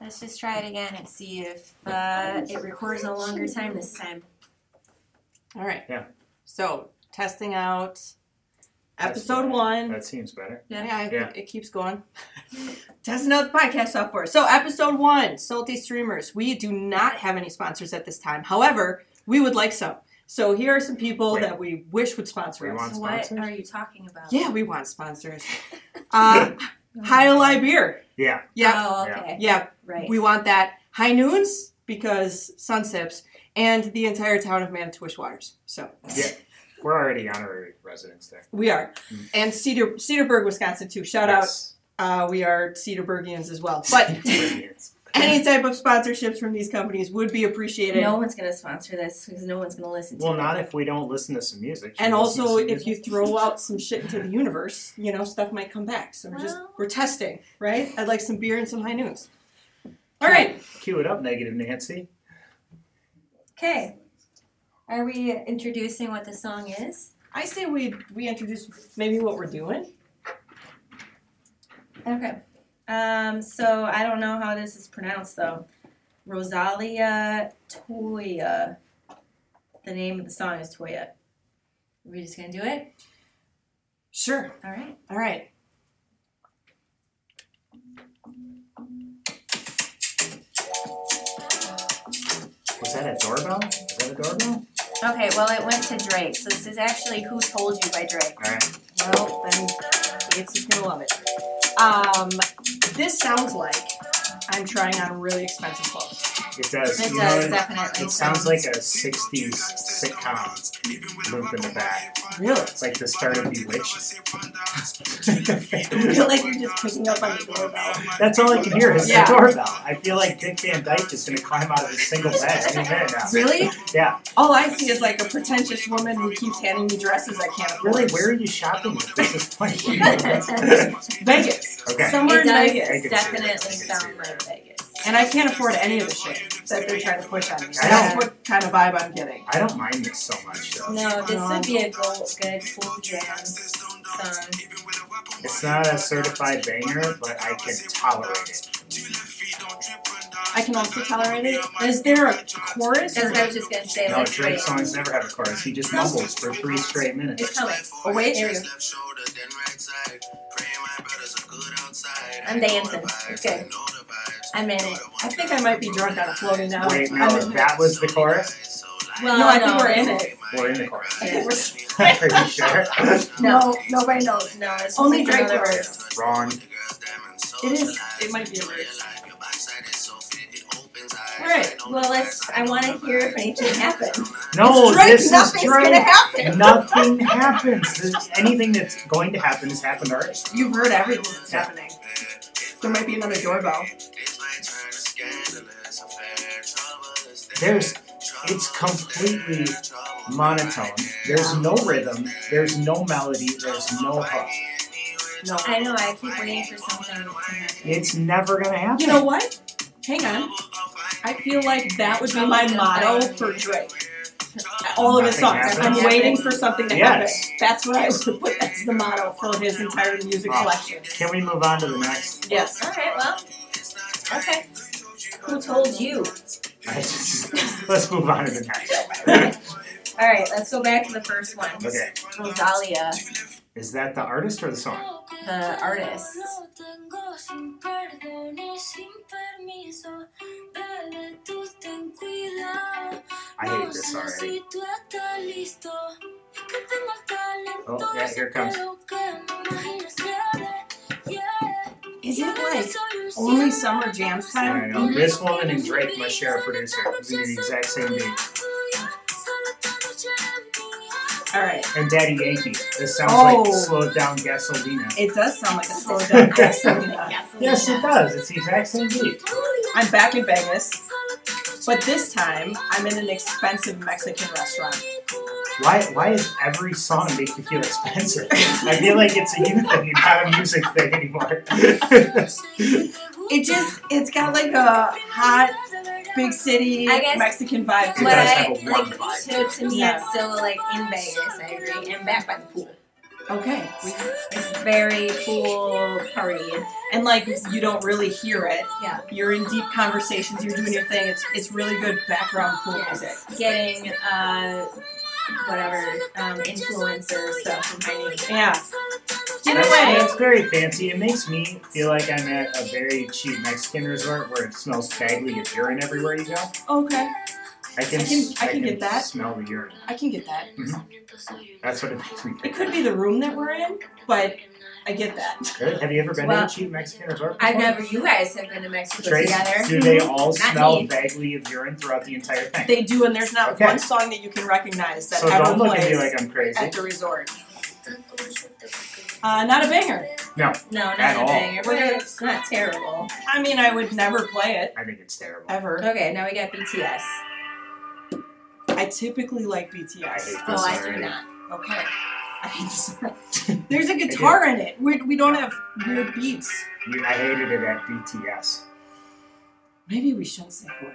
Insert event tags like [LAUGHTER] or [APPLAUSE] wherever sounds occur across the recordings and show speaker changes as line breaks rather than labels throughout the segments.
let's just try it again and see if uh, it records a longer time this time.
All right.
Yeah.
So testing out
That's
episode
fine.
one.
That seems better.
Yeah, yeah, it-
Yeah.
It, keeps going. [LAUGHS] testing out the podcast software. So episode one, Salty Streamers. We do not have any sponsors at this time. However, we would like some. So here are some people
Wait.
that we wish would sponsor
We
us.
want-
What
sponsors?
are you talking about?
[LAUGHS] yeah, we want
[LAUGHS]
sponsors. uh, High Beer.
Yeah.
Yeah,
Oh,
Yeah.
okay.
yeah.
Right.
We want that high noons because sunsips and the entire town of Manitowish Waters. So
Yeah. We're already honorary residents there.
we are, and Cedar Cedarburg, Wisconsin too. Shout
Yes.
out, uh, we are Cedarburgians as well.
[LAUGHS]
But
Brilliant.
any type of sponsorships from these companies would be appreciated.
no one's gonna sponsor this because no one's gonna listen to
well,
it.
not if we don't listen to some music. Should
And
we listen to
also,
some
if you
music?
throw out some shit into the universe, you know stuff might come back. So we're just
Well.
we're testing, right? I'd like some beer and some high noons. All right,
cue it up, negative Nancy.
Okay. Are we introducing what the song is?
I say we we introduce maybe what we're doing.
Okay. Um, so I don't know how this is pronounced though. Rosalia Toya. The name of the song is Toya. we just gonna do it?
Sure.
All right.
All right.
Was that a doorbell? Is that a doorbell?
Okay, well it went to Drake, so this is actually Who Told You by Drake.
All right.
Well, then Nancy's gonna love it. Um, this sounds like I'm trying on really expensive clothes.
It does.
It
You
does
know,
definitely.
It sounds like a 60s sitcom loop in the back.
Really?
It's like the start of Bewitched. [LAUGHS]
I feel like you're [LAUGHS] just picking up on the doorbell.
That's all I can hear is
Yeah.
the doorbell. I feel like Dick Van Dyke is going to climb out of his single bed any minute now.
Really?
Yeah.
All I see is like a pretentious woman who keeps handing me dresses I can't afford.
Really, where are you shopping at this point?
Vegas.
okay.
Somewhere
it
in
does
Vegas.
definitely sound like Vegas.
And I can't afford any of the shit that they're trying to push on me.
I
That's
know.
what kind of vibe I'm getting.
I don't mind this so much, though.
No, this would be a go- good full jam song.
It's not a certified banger, but I can tolerate it.
I can also tolerate it. Is there a chorus?
That's what I was just gonna say.
No,
like
Drake
Drake.
songs never have a chorus. He just mumbles for three straight minutes.
It's coming.
Oh, wait,
There we go. I'm dancing. It's good. I'm in it.
I think I might be drunk on a floating now.
Wait, no,
I'm in
if that was the chorus,
Well,
No, I think we're in it.
we're in the chorus. [LAUGHS]
I think we're-
Are you sure?
[LAUGHS] No, nobody knows.
No, it's
Only
just
Drake
another
wrote
word.
it.
Wrong.
It is. It might be a verse.
All right.
Well, let's. I want to hear if anything happens.
It's
No,
Drake.
Oh, this is
Nothing's gonna
Drake.
happen.
Nothing happens. This- Anything that's going to happen has happened already.
You've heard everything that's happening. There might be another doorbell.
There's, it's completely monotone. There's no rhythm. There's no melody. There's no hook.
No.
[LAUGHS] I know. I keep waiting for something to happen.
It's never gonna happen.
You know what? Hang on. I feel like that would be my motto for Drake. All of his
Nothing
songs.
happens.
I'm waiting for something to
Yes.
happen. That's what I would put as the motto for his entire music
Wow.
collection.
Can we move on to the next? [LAUGHS]
Yes.
All right. Well. Okay. Who told you?
Let's move on to the next. [LAUGHS]
All right. Let's go back to the first one.
okay.
Rosalia,
Is that the artist or the song?
the artist.
I hate this already. Oh, yeah, here it comes.
Is it like only summer jams
I
time?
know. This woman and Drake must share a producer. It's the exact same beat.
All right.
And Daddy Yankee. This sounds
Oh.
like slowed down gasolina.
It does sound like a slow
[LAUGHS]
down. Gasolina.
Yes, it does. It's the exact same beat.
I'm back in Vegas, but this time I'm in an expensive Mexican restaurant.
Why? Why is every song make you feel expensive? I feel like it's a you thing, not a music thing anymore.
It just, it's got like a hot, big city
I guess
Mexican vibe. to
What
it.
does
I
have a warm
like
vibe.
to, to me,
Yeah.
I'm still like in Vegas. I agree. And back by the pool.
Okay. we-
It's very cool party.
And like you don't really hear it.
Yeah.
You're in deep conversations. You're doing your thing. It's it's really good background pool music.
Yes. Getting uh whatever um, influencer stuff behind me.
Yeah. In a
That's,
way.
that's very fancy. It makes me feel like I'm at a very cheap Mexican resort where it smells vaguely of urine everywhere you go.
Okay.
I can,
I can- I can get that.
smell the urine.
I can get that.
That's what it makes me
It
think.
could be the room that we're in, but I get that.
Good. Have you ever been
Well,
to a cheap Mexican resort?
I've never. You guys have been to Mexico
Trace,
together.
do they all
Not
smell
me.
vaguely of urine throughout the entire thing?
Mm-hmm. They do, and there's not
Okay.
one song that you can recognize that
so
ever
don't look at
plays
me like I'm crazy.
at the resort. Uh, not a banger.
No, not
At
a
all.
banger. We're gonna, it's not terrible.
I mean, I would never play it
I think it's terrible.
ever.
Okay, now we got BTS.
I typically like
I hate
BTS.
this
Oh, I do
already.
not.
Okay. I hate this.
[LAUGHS]
There's a guitar in it. We, we don't have weird beats.
You- I hated it at BTS.
Maybe we shouldn't say who it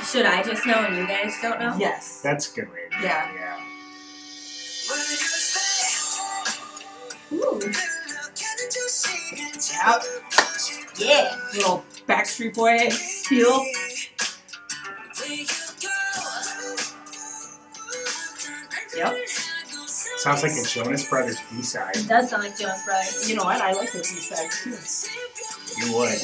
is.
Should I just know and you guys don't know?
Yes.
That's a good way. to do it,
Yeah.
Yeah.
Ooh,
Yep.
yeah.
Little Backstreet Boy feel. Yep.
Sounds like a Jonas Brothers B side.
It does sound like Jonas Brothers.
You know what? I like those B sides too.
You would.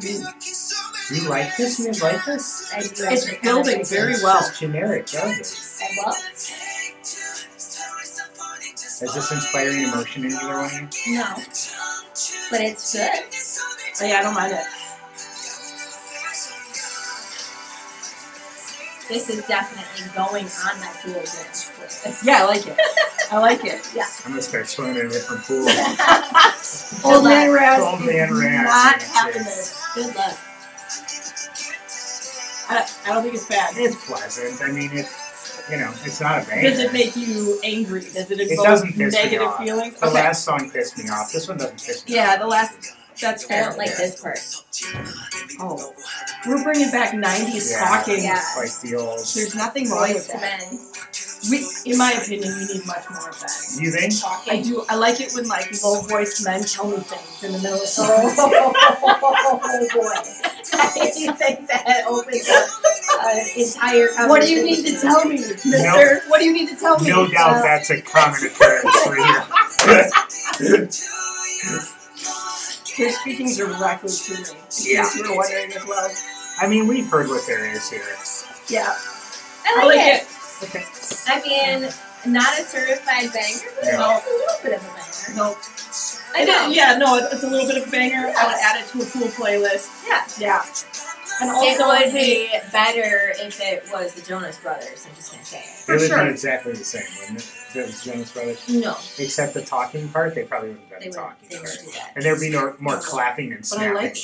Do you like this? You guys like this?
I do
It's
actually
building
kinda
very
It's
well.
just generic, does it?
like it. I love
Is this inspiring emotion in either one? of you?
it. No, but it's good.
Oh, yeah, I don't mind it.
This is definitely going on my pool [LAUGHS] again.
Yeah, I like it. I like it.
[LAUGHS]
I'm gonna start swimming in a different pool.
Old Man
luck.
Raz
Old
is
Man Raz,
not
yes,
having
yes.
this.
Good luck.
I, I don't think it's bad.
it's pleasant. I mean, it. You know, it's not a bang.
Does it make you angry? Does it
It
evoke
doesn't piss me
negative
off.
feelings?
The
okay.
last song pissed me off. This one doesn't piss me
yeah,
off.
the last. That's
I
fair.
don't like this part.
Oh, we're bringing back '90s
Yeah.
talking.
Yeah.
It's like the old.
There's nothing wrong
Boys
with
to
that.
men.
We, in my opinion, we need much more of that.
You think?
I do. I like it when like low-voiced men tell me things in the middle of [LAUGHS] songs.
Oh
[LAUGHS]
boy. I think that
oh
opens up
Uh,
an entire conversation.
What do you need to tell me, Mister? What do you need to tell me?
No doubt
Uh,
that's a common occurrence for
[LAUGHS]
[LAUGHS] you.
They're speaking directly to me. In case
Yeah.
you were wondering as well.
[LAUGHS] I mean, we've heard what there is here.
Yeah.
I like it.
Okay.
I mean, not a certified banger, but it's
No.
a little bit of a banger.
No.
I know.
Yeah. No. it- It's a little bit of a banger. I would add it to a cool playlist.
Yeah.
Yeah. And
It
also,
would
hey,
be better if it was the Jonas Brothers. I'm just gonna say it.
For
it would
sure.
be exactly the same, wouldn't it? If it was Jonas Brothers.
No,
Except the talking part, they probably wouldn't have
they
done
would.
the talking
They would
part.
do that.
And there'd be no more clapping and
But I
snapping.
like-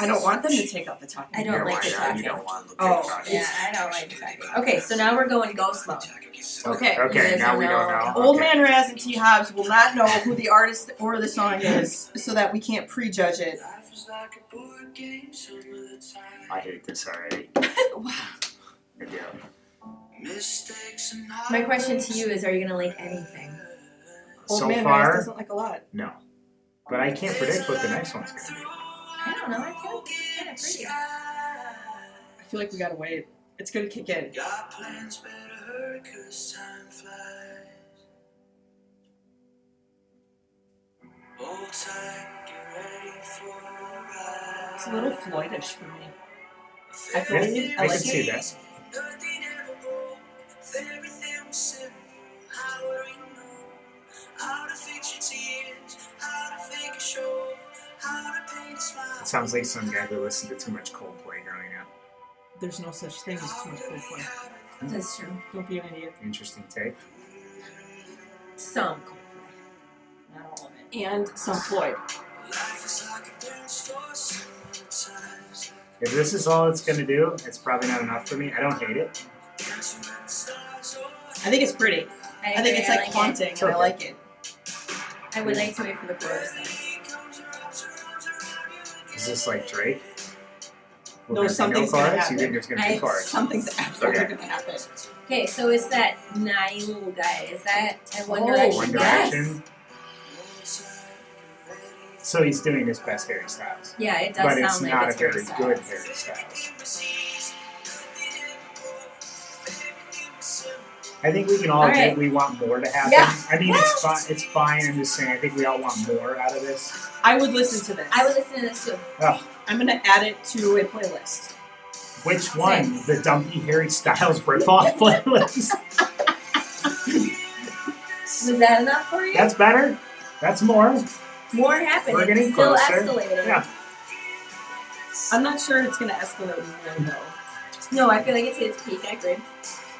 I don't want them to take out the talking.
I don't
You
like
want
the
it,
talking.
You don't want the
Oh,
talking.
Yeah, I don't like that. Okay, so now we're going ghost mode.
Okay.
You
Okay,
guys
now we
don't
don't
know.
know.
Old
okay.
Man Raz and T Hobbs will not know who the artist or the song is, so that we can't prejudge it.
I hate this
[LAUGHS]
already. I do.
My question to you is: Are you gonna like anything?
Old
so
Man Raz
far,
doesn't like a lot.
no. But I can't predict what the next one's going to be.
I don't know. I feel like this is kind of pretty.
I feel like we gotta wait. It's gonna kick in. It's a little Floydish for me. I
Yeah,
believe. I
I
like it.
can see that. It sounds like some guy who listened to too much Coldplay growing up.
There's no such thing as too much Coldplay.
That's true.
Don't be an idiot.
Interesting take.
Some. Not all of it.
And some Floyd.
If this is all it's going to do, it's probably not enough for me. I don't hate it.
oh,
I think it's pretty. I think
agree,
it's like
it.
haunting,
It's
and I
okay.
like it.
I would like to wait for the chorus. Though.
Is this like Drake? We're
No,
gonna be
something's
no
gonna
cards? You
happen.
think there's going to be
I-
cards?
Something's absolutely
Okay.
gonna happen.
Okay, so it's that Nile guy. Is that a One
Oh,
Direction?
One
yes.
Direction. So he's doing his best Harry Styles.
Yeah, it does
But
sound
it's
like
not
it's
a very
Harry
good
Styles.
Harry Styles. I think we can all,
All
agree
right.
we want more to happen.
Yeah.
I mean, it's
Yeah.
fine. It's fine. I'm just saying. I think we all want more out of this.
I would listen to this.
I would listen to this too.
I'm gonna add it to a playlist.
Which one? The dumpy Harry Styles ripoff playlist.
Was that enough for you?
That's better. That's more.
More happened.
We're getting
it's still
closer.
escalating.
Yeah.
I'm not sure it's gonna escalate right now.
No, I feel like it's hit its peak. I agree.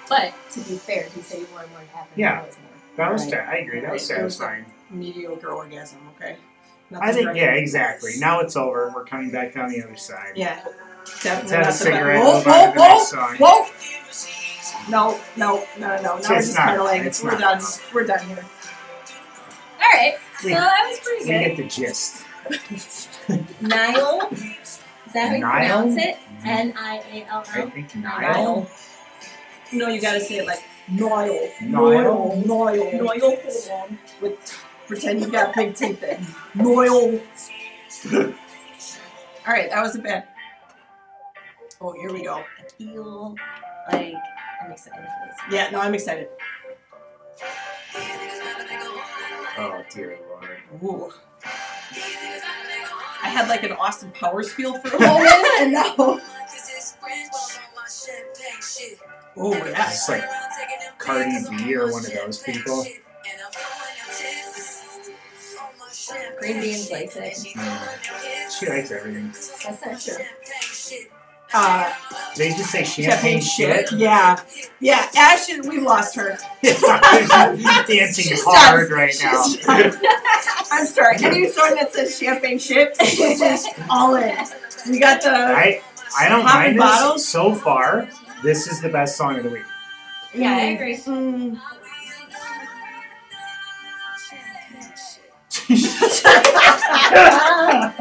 But to be fair, he said he wanted more to happen.
Yeah.
That was more.
That was.
Right.
Right. I agree. That was
Right. It was-
satisfying.
Mediocre orgasm, okay?
I
Nothing's
think.
right.
Yeah. Exactly. Now it's over. We're coming back down the other side.
Yeah.
Let's
Definitely
have
not
a
the
cigarette.
Whoa,
move on to the
whoa,
next song.
Whoa! No, no, no, no. Now we're
It's
just
not.
cuddling.
It's
we're
not.
done. We're done here.
All right. So
We-
that was pretty
We
good.
get the gist.
Nile. Is that how you
Nile?
pronounce it? N I A L
um,
I
L.
think
Nile.
Nile.
No, you gotta say it like Nile.
Nile.
Nile. Nile full on. With pretend you've got big tape there. [LAUGHS] Nile. Alright, that was a bad. Oh, here we go.
Feel like I'm excited for this.
Yeah, no, I'm excited.
Oh dear
[LAUGHS] Ooh.
lord.
I had like an Austin Powers feel for a
[LAUGHS]
moment, and now. Oh, yeah.
It's like Cardi B or one of those people.
Green beans likes it.
She likes everything.
That's not true.
Uh,
They just say
champagne
champagne
shit.
[LAUGHS]
Yeah. Yeah, Ashton, we've lost her.
dancing
She's
hard
done.
right now.
She's done. I'm sorry. Any song that says champagne shit, [LAUGHS] she's just all in. We got the.
I I don't
Pop
mind
and
this
bottles?
so far. This is the best song of the week. [LAUGHS]
Yeah, I
[LAUGHS]
agree.
Mm.
Um,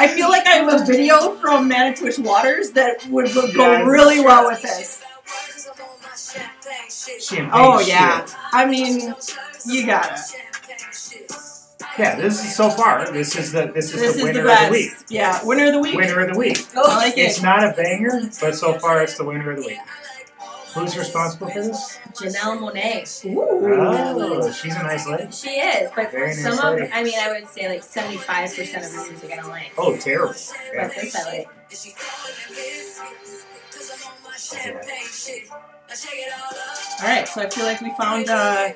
I feel like I have a video from Manitouich Waters that would, would go
Yes.
really well with this.
Champagne
Oh, yeah.
shit.
I mean, you got it.
Yeah, this is so far. This is the this
This
is the
is the
winner
best.
of the
Yeah, winner of the week.
week. Winner of the week.
I like
It's
it.
not a banger, but so far it's the winner of the week. Who's responsible for this?
Janelle Monet.
Oh, she's a nice lady.
She is, but
Very nice
some of
lady.
I mean I would say like seventy five percent of her music I don't like.
Oh, terrible. Yeah.
But this I like.
[LAUGHS] All right, so I feel like we found uh,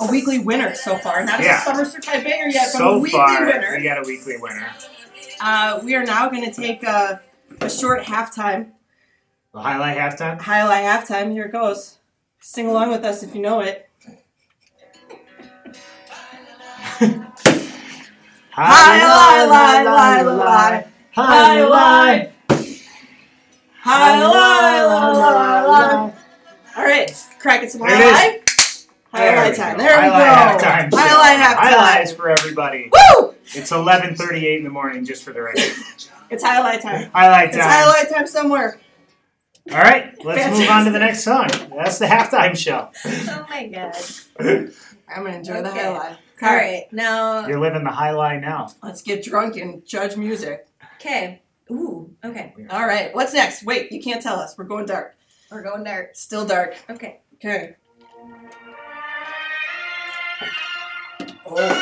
a weekly winner so far. Not
Yeah.
a summer certified banger yet, but a
So
weekly
far,
winner.
we got a weekly winner.
Uh, we are now going to take a, a short halftime,
The highlight halftime.
highlight halftime. Here it goes. Sing along with us if you know it. Highlight, lie, lie, lie. Highlight. Highlight. All right, crack it some
There it is.
highlight. Highlight
we
time.
go.
There we
highlight
go.
Halftime show.
Highlight halftime.
Highlights for everybody.
Woo!
It's 11:38 in the morning, just for the record.
It's highlight time.
highlight
It's
time.
highlight time somewhere.
All right, let's move on to the
Fantastic.
next song. That's the halftime show.
Oh my god.
I'm gonna enjoy the
Okay.
highlight. All right,
Alright, now
You're living the high line now.
let's get drunk and judge music.
okay. Ooh, okay.
All right, what's next? Wait, you can't tell us. We're going dark.
We're going there.
Still dark.
Okay.
Okay. Oh,
Oh, I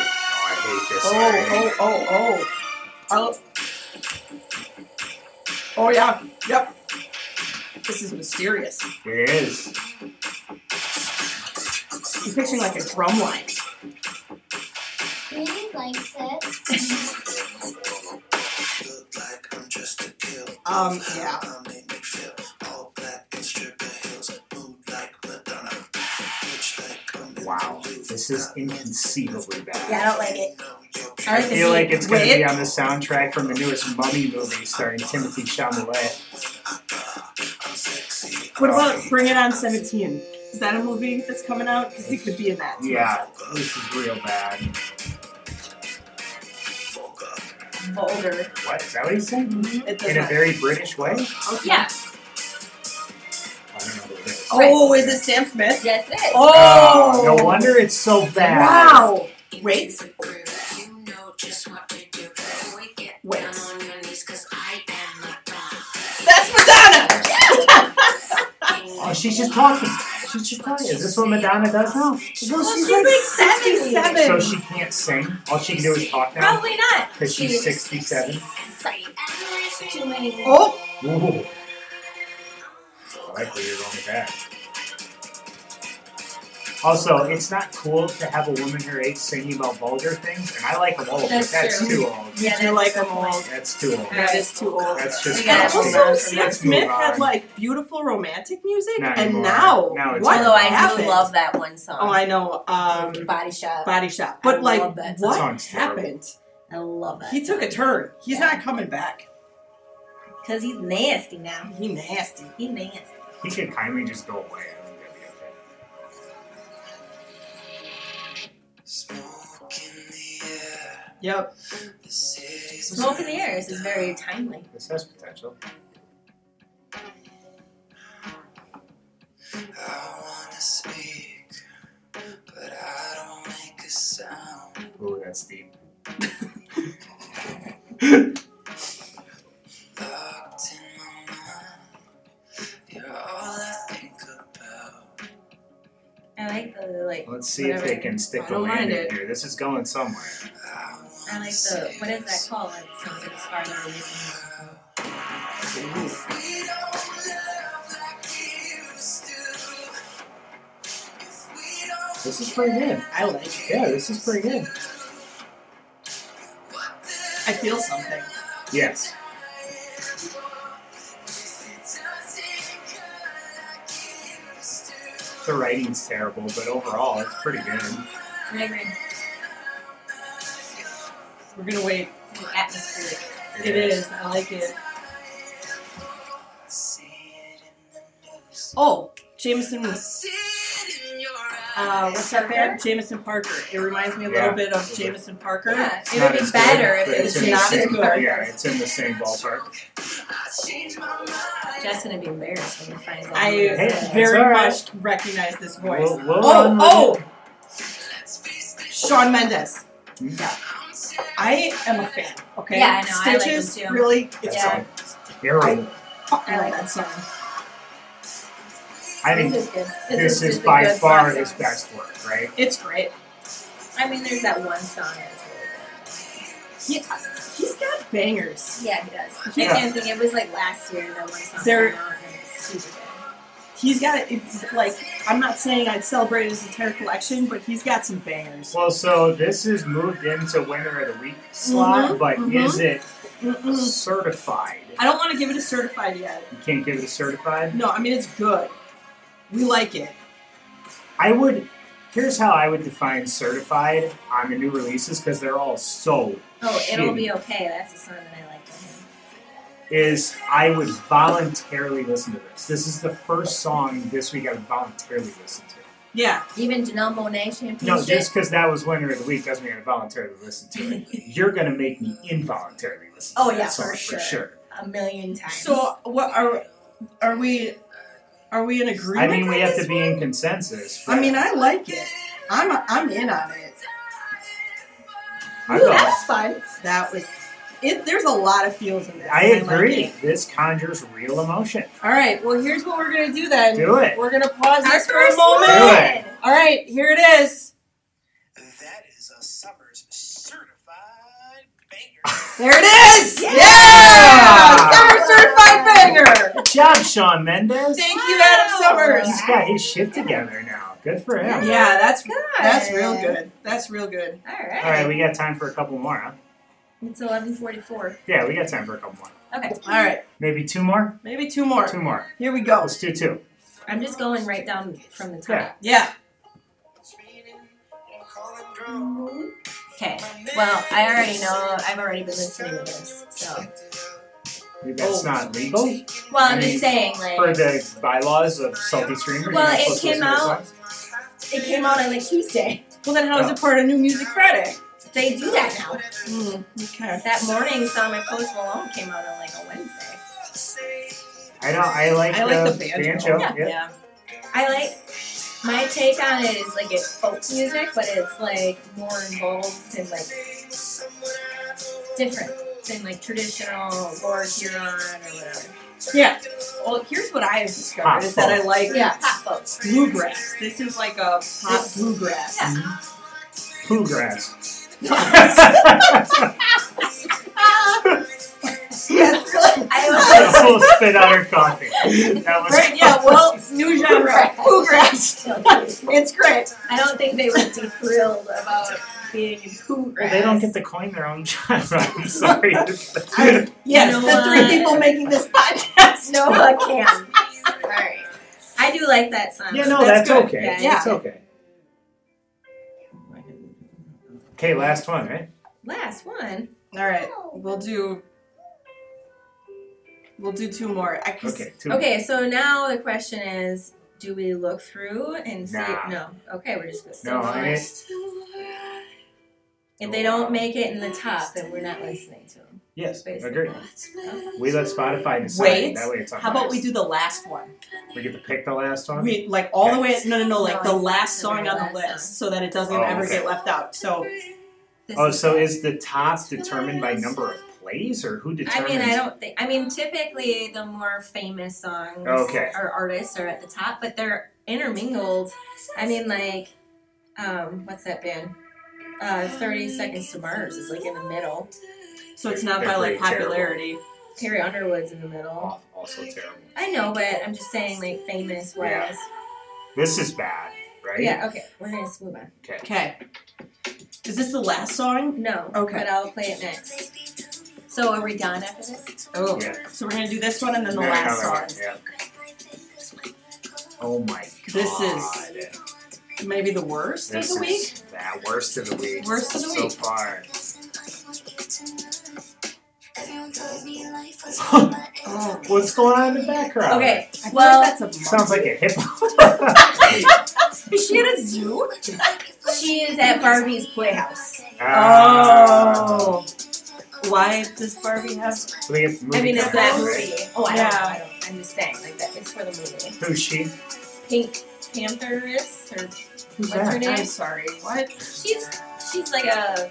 hate this.
oh,
already.
oh, oh, oh. Oh, oh yeah. Yep. This is mysterious.
It is.
I'm picturing like a drum line.
Really likes it.
Um, yeah.
Wow, this is inconceivably bad.
Yeah, I don't like it.
I
I like
like
I
the
feel like it's going to be
Wait.
on the soundtrack from the newest Mummy movie starring Timothy Chalamet.
What about Bring It On 17? Is that a movie that's coming out? Because it could be in that.
Yeah, this is real bad.
vulgar.
What is that? What he's saying?
It does
In a
not.
very British way? I
Okay.
Mm-hmm. Yeah,
don't know. what it is.
Oh, is it Sam Smith?
yes it is.
Oh,
Uh, no wonder it's so bad.
Wow. Wait.
Wait.
Wait.
Wait.
That's Madonna.
Oh, she's just talking. She's just talking. Is this what Madonna does now?
Well,
she's like 67.
So she can't sing. All she can do is talk now
Probably not.
because she's 67.
Too many.
Oh,
Ooh. I like where you're going with that. Also, it's not cool to have a woman her age singing about vulgar things, and I like them all, but
That's
that's,
true.
too old.
Yeah, that's
you like
the
them all.
point.
That's too old.
That is too old.
That's just
We gotta
nasty.
move
Also,
on.
Sam
Let's move
Smith had
on.
like beautiful romantic music,
Not
and
anymore.
now,
Now it's
what
Although I
happened?
do love that one song.
Oh, I know. Um,
Body Shop.
Body Shop,
I
but like,
love that
song.
what
Song's terrible.
happened?
I love that.
He took a turn. He's
Yeah.
not coming back.
because he's nasty now.
He nasty.
He nasty.
He could kindly just go away. I think that'd be okay.
Yep.
Smoke in the air is very timely.
This has potential.
I wanna speak, but I don't make a sound.
Ooh, that's deep.
Locked in my mind, you're all I think about.
I like the like.
Let's see if they can stick
I
the
don't mind
landing
it.
here. This is going somewhere.
I wanna
I like the
say
what is that
this
called? Like something as far as
out. We don't love like we used to. If we don't
This is pretty good.
I like. It.
Yeah, this is pretty good.
what the
I feel something.
Yes. The writing's terrible, but overall, it's pretty good.
I agree.
We're gonna wait.
It's an atmospheric.
It is. I like it. Oh, Jameson. Uh, what's that band? Jameson Parker. It reminds me a little
Yeah.
bit of Jameson Parker.
Yeah,
It's
it
not
would be
as
better
good,
if
but
it
it's
was
in the
not as
Jameson
same-
good.
Parker.
Yeah, it's in the same ballpark.
Jeff's gonna be embarrassed when he finds out.
I
who it is.
Hey,
very
all right.
much recognize this voice.
We'll- we'll
oh,
run with
oh, Sean Mendes.
Hmm?
Yeah, I am a fan. Okay,
Yeah, I know, I like him
Stitches
too.
really. It's
That's
Yeah.
all. terrible.
fucking
I like
that song.
I think
this is good. This,
this
is,
is by
good
far
rock
his
songs.
best work, right?
It's great.
I mean, there's that one song that's really
He, he's got bangers.
good. Yeah, he does.
Yeah.
And I think it was like last year that one song
There-
came out and it's super good.
He's got it's like I'm not saying I'd celebrate his entire collection, but he's got some bangers.
Well, so this is moved into winner of the week slot,
Mm-hmm,
Mhm,
but
mhm.
is it
Mm-mm.
certified?
I don't want to give it a certified yet.
You can't give it a certified.
No, I mean it's good. We like it.
I would. Here's how I would define certified on the new releases because they're all so
Oh, it'll
shitty.
be okay. That's the song that I like. from him.
is I would voluntarily listen to this. This is the first song this week I would voluntarily listen to.
Yeah,
Even Janelle Monae Champagne.
No,
shit.
just because that was winner of the week doesn't mean I voluntarily listen to
[LAUGHS]
it. You're gonna make me involuntarily listen.
Oh,
to
yeah,
that song
for sure. a million times.
So what are are we are we in
I
agreement?
mean, we
on
have
this
to be in consensus.
one? I
but
mean, I like it. I'm I'm in on it.
I,
Ooh,
don't-
that's fine. That was it. There's a lot of feels in this.
I
and like
agree.
it.
this conjures real emotion.
All right. Well, here's what we're gonna do then.
Do it.
We're gonna pause
Our
this for a
first
moment.
one.
All right. Here it is.
That is a summer's certified banger.
There it is.
Yeah.
Yeah. Summer certified banger.
Good job, Sean Mendes.
Thank you, Adam Summers.
He's got his shit together now. Good for him.
Yeah, that's
Good.
that's real good. That's real good.
All right.
All right, we got time for a couple more. Huh?
It's 11:44.
Yeah, we got time for a couple more.
Okay.
All right.
Maybe two more.
Maybe two more.
Two more.
Here we go.
Let's do two.
I'm just going right down from the
Yeah.
top.
Yeah.
Okay. Well, I already know. I've already been listening to this. So.
Oh.
That's not legal
Well, I'm
I mean,
just saying,
for
like,
the bylaws of salty streamers.
Well,
You're not
it
supposed to
came
listen to
out- it came out on like Tuesday.
Well, then how is
Oh.
it part of New Music Friday?
they do that now.
Mm, okay.
That morning song by Post Malone came out on like a Wednesday.
I know. I like,
I like
the,
the banjo.
banjo.
Yeah.
yeah.
I like my take on it is like it's folk music, but it's like more involved and like different than like traditional Lord Huron or whatever.
Yeah. Well, here's what I have discovered
Pop
is that I
folk.
like
Yeah, pop folk.
bluegrass. This is like a pop
This-
bluegrass.
Yeah.
Bluegrass.
[LAUGHS] Yes, really.
I
That
love
[LAUGHS] fool spit out her coffee. That was
Right, yeah, well, new genre.
Bluegrass. [LAUGHS]
Bluegrass. It's great.
I don't think they would be thrilled about being in Cougar.
They don't get to coin their own [LAUGHS] genre. I'm sorry. I,
Yes,
know
the three
what?
people making
[LAUGHS]
this podcast.
No, I can. All right. [LAUGHS] I do like that song.
yeah, no,
That's
that's,
good.
okay.
Yeah.
It's okay. Okay, last one, right?
Last one.
All right,
Oh.
we'll do. We'll do two more. I, 'cause-
Okay. Two.
Okay, so now the question is, do we look through and see?
Nah.
No. Okay, we're just gonna stay
No, I mean,
If they don't make it in the top, then we're not listening to them.
yes,
Basically.
agree. We let Spotify decide.
Wait,
That way it's on
How about
us.
we do the last one?
We get to pick the last one.
We like all the way. No, no, no. Like the
No,
last
it's
song on the
last
list,
song.
so that it doesn't
Oh,
ever
okay.
get left out. So
This
oh, so is the top determined by number of plays, or who
I
determines?
mean, I don't think. I mean, typically the more famous songs
Okay.
or artists are at the top, but they're intermingled. I mean, like, um, what's that band? Uh, Thirty Seconds to Mars is like in the middle.
so it's not
They're
by like
pretty terrible.
popularity.
Carrie Underwood's in the middle.
Aw- Also terrible.
I know, but I'm just saying, like, famous wise.
Yeah. This is bad, right?
Yeah, okay. We're gonna just move on.
Okay. Is this the last song?
No.
Okay.
But I'll play it next. So are we done after this?
Oh.
Yeah.
So we're gonna do this one and then the
No, no,
last
no, no,
song.
yeah. Oh my god.
This is- Maybe the worst
This
of the week.
Is, yeah, worst of the week.
Worst of the
so
week.
far. [LAUGHS] [LAUGHS]
Oh.
What's going on in the background?
Okay.
I feel
Well,
like that's a
Sounds like a hippo. [LAUGHS]
is she at a [LAUGHS] zoo?
she is at Barbie's Playhouse.
Oh.
Ah.
Why does Barbie have?
We get movie
I mean, it's
time,
that
right?
movie. Oh, I don't know. I
Yeah.
don't. I'm just saying, like that. It's for the movie.
Who's she?
Pink Pantheress, or
Who's
What's her
that?
I'm
name?
sorry. What?
she's she's like a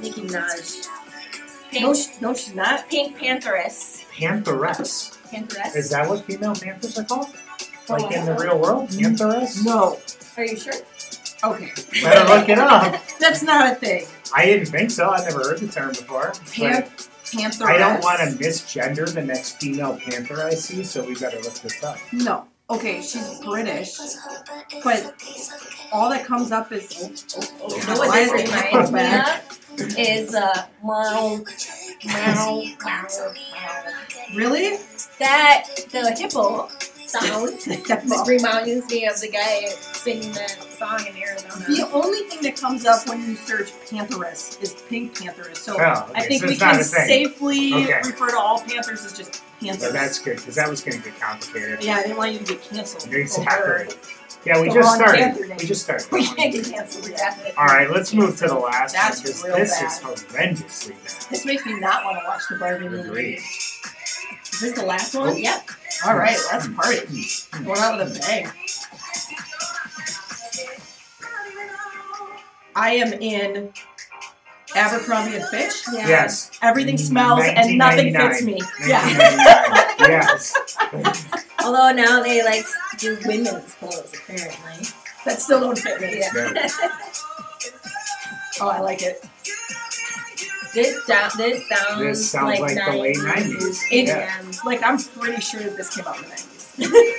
Nicki Minaj. Pink,
No, sh- no, she's not.
Pink Pantheress.
Pantheress.
Pantheress.
Is that what female panthers are called?
Oh,
Like in
wow.
the real world? Pantheress?
No.
Are you sure?
Okay.
Better look it up.
[LAUGHS]
That's not a thing.
I didn't think so. I've never heard the term before.
Pan-
But
Panther.
I don't want to misgender the next female panther I see, so we better look this up.
No. Okay, she's British, but all that comes up is
You
No,
know what
why is
this
it
reminds me
back?
of? Is uh, wow, wow, wow, wow.
Really? [LAUGHS]
That the hippo sound
the
reminds me of the guy singing that song in Arizona.
only thing that comes up when you search Pantheress is Pink Pantheress. So
Oh, okay,
I think
so
we
it's not
can
a thing.
safely
Okay.
refer to all Panthers as just Panthers.
So that's good, because that was going to get complicated.
yeah, I didn't want you to get canceled. over
Exactly. Yeah, we
the
just
wrong
started.
panther name.
We just started.
[LAUGHS] We can't get canceled. Yeah.
All right, let's move to the last
That's
one, 'cause
real
this
bad.
is horrendously
This makes me not want to watch the Barbie
bad.
movie.
Agreed.
Is this the last one?
Oh. Hmm.
Yep. All right, let's party. Going out with a bang. I am in Abercrombie and Fitch.
Yeah.
Yes.
Everything smells and nothing fits me. Yeah. [LAUGHS]
1999. [LAUGHS] yes.
Although now they like do women's clothes apparently.
That still don't fit me.
No.
Oh, I like it.
This da- this sounds
This sounds like, the late 90s.
It-
yeah.
Yeah.
Like I'm pretty sure that this came out in the 90s.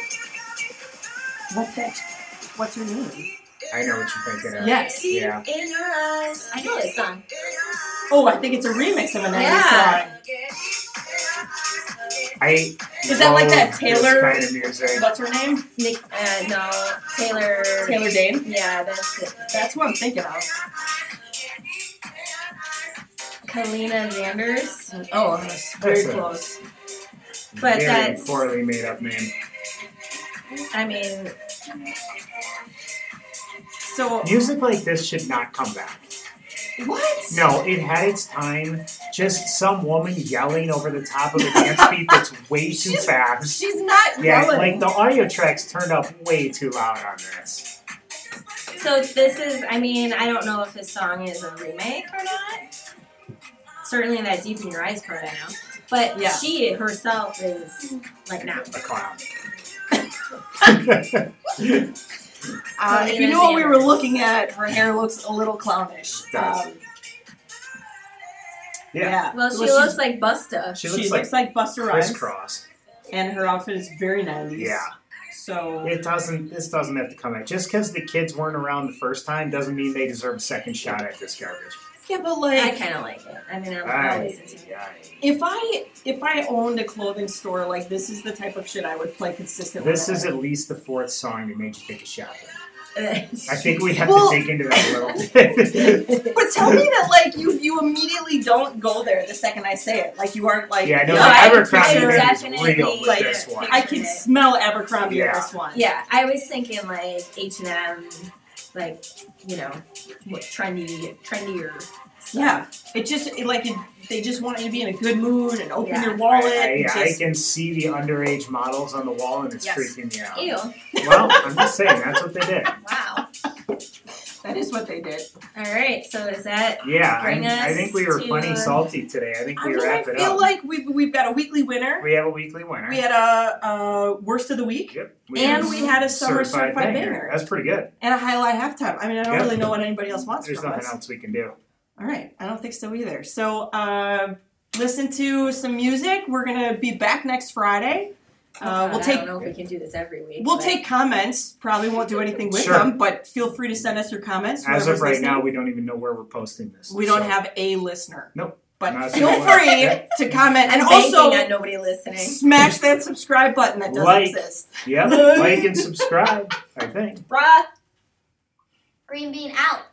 What's that? What's her name?
I know what you're thinking of.
Yes.
Yeah.
In your eyes. I know this song.
Oh, I think it's a remix of a 90s
Yeah.
song.
I
Is that like that
love
Taylor-
This kind of music.
What's her name?
Nick, uh, no, Taylor.
Taylor Dane.
Yeah, that's it.
That's what I'm thinking of.
Kalina Zanders.
Oh, that's very
That's it.
close.
But
Very
that's-
poorly made up name.
I mean,
So
Music like this should not come back.
What?
No, it had its time. Just some woman yelling over the top of a dance beat that's way
[LAUGHS]
too
She's-
fast.
She's not
Yeah,
yelling.
like the audio tracks turned up way too loud on this.
So this is, I mean, I don't know if this song is a remake or not. Certainly that Deep in Your Eyes part I know. But
Yeah.
she herself is like now.
[LAUGHS]
A clown.
Uh, if you knew what we were looking at, her hair looks a little clownish.
Does.
Um,
Yeah.
Well, she
she's-
looks like Busta.
She looks like
Buster Rhymes,
crisscross.
and her outfit is very 90s.
Yeah.
So
It doesn't. This doesn't have to come out. Just because the kids weren't around the first time doesn't mean they deserve a second shot at this garbage.
yeah, but
I
like
kind of like it. I mean, I'm
Aye,
always into it.
aye.
if I if I owned a clothing store, like this is the type of shit I would play consistently.
This is at least the fourth song that made you take a shot. At.
[LAUGHS]
is
I think we have
Well-
to dig into that
[LAUGHS]
a little bit.
But tell me that like you you immediately don't go there the second I say it. Like you aren't like
yeah, I know
No,
the
I
Abercrombie
picture
thing is
definitely,
real with
like,
this one.
I can smell Abercrombie in
Yeah.
this one.
Yeah, I was thinking like H and M, like you know, what trendy, trendier. Stuff.
Yeah. It just it, like it, they just want you to be in a good mood and open
Yeah.
your wallet.
I,
and
I, I
just,
can see the underage models on the wall, and it's
Yes.
freaking me out.
Ew.
Well, I'm just saying that's what they did.
Wow.
that is what they did.
All right. So is that
Yeah,
Bring
I, I
us
think we were
to-
plenty salty today. I think
I
we
mean, I
wrap it
feel
up.
like we we've got a weekly winner.
we have a weekly winner.
We had a, uh worst of the week,
Yep.
and
have
we had a summer certified,
banger.
banner
That's pretty good.
and a highlight halftime. I mean, I don't
Yeah.
really know what anybody else wants
There's
from
nothing
us.
else we can do.
All right, I don't think so either. So uh, listen to some music. We're gonna be back next Friday. Uh, we'll
I
take
don't know if we can do this every week.
we'll
but-
take comments. Probably won't do anything with
Sure.
them, but feel free to send us your comments.
As of
whoever's
right
listening.
now, we don't even know where we're posting this.
we don't
so-
have a listener.
Nope. Not a
But feel
single one.
free
Yep.
to comment and
I'm banking
also
on nobody listening.
smash that subscribe button that doesn't
Like.
exist. [LAUGHS]
Yep. like and subscribe. I think.
Bruh.
Green bean out.